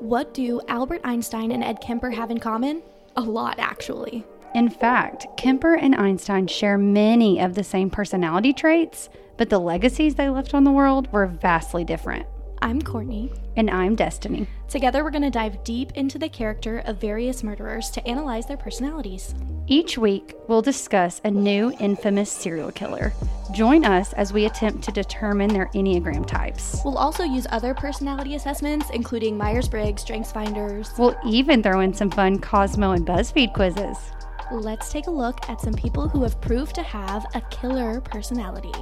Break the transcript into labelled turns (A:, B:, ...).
A: What do Albert Einstein and Ed Kemper have in common? A lot, actually.
B: In fact, Kemper and Einstein share many of the same personality traits, but the legacies they left on the world were vastly different.
A: I'm Courtney.
B: And I'm Destiny.
A: Together, we're going to dive deep into the character of various murderers to analyze their personalities.
B: Each week, we'll discuss a new infamous serial killer. Join us as we attempt to determine their Enneagram types.
A: We'll also use other personality assessments, including Myers Briggs, StrengthsFinders.
B: We'll even throw in some fun Cosmo and BuzzFeed quizzes.
A: Let's take a look at some people who have proved to have a killer personality.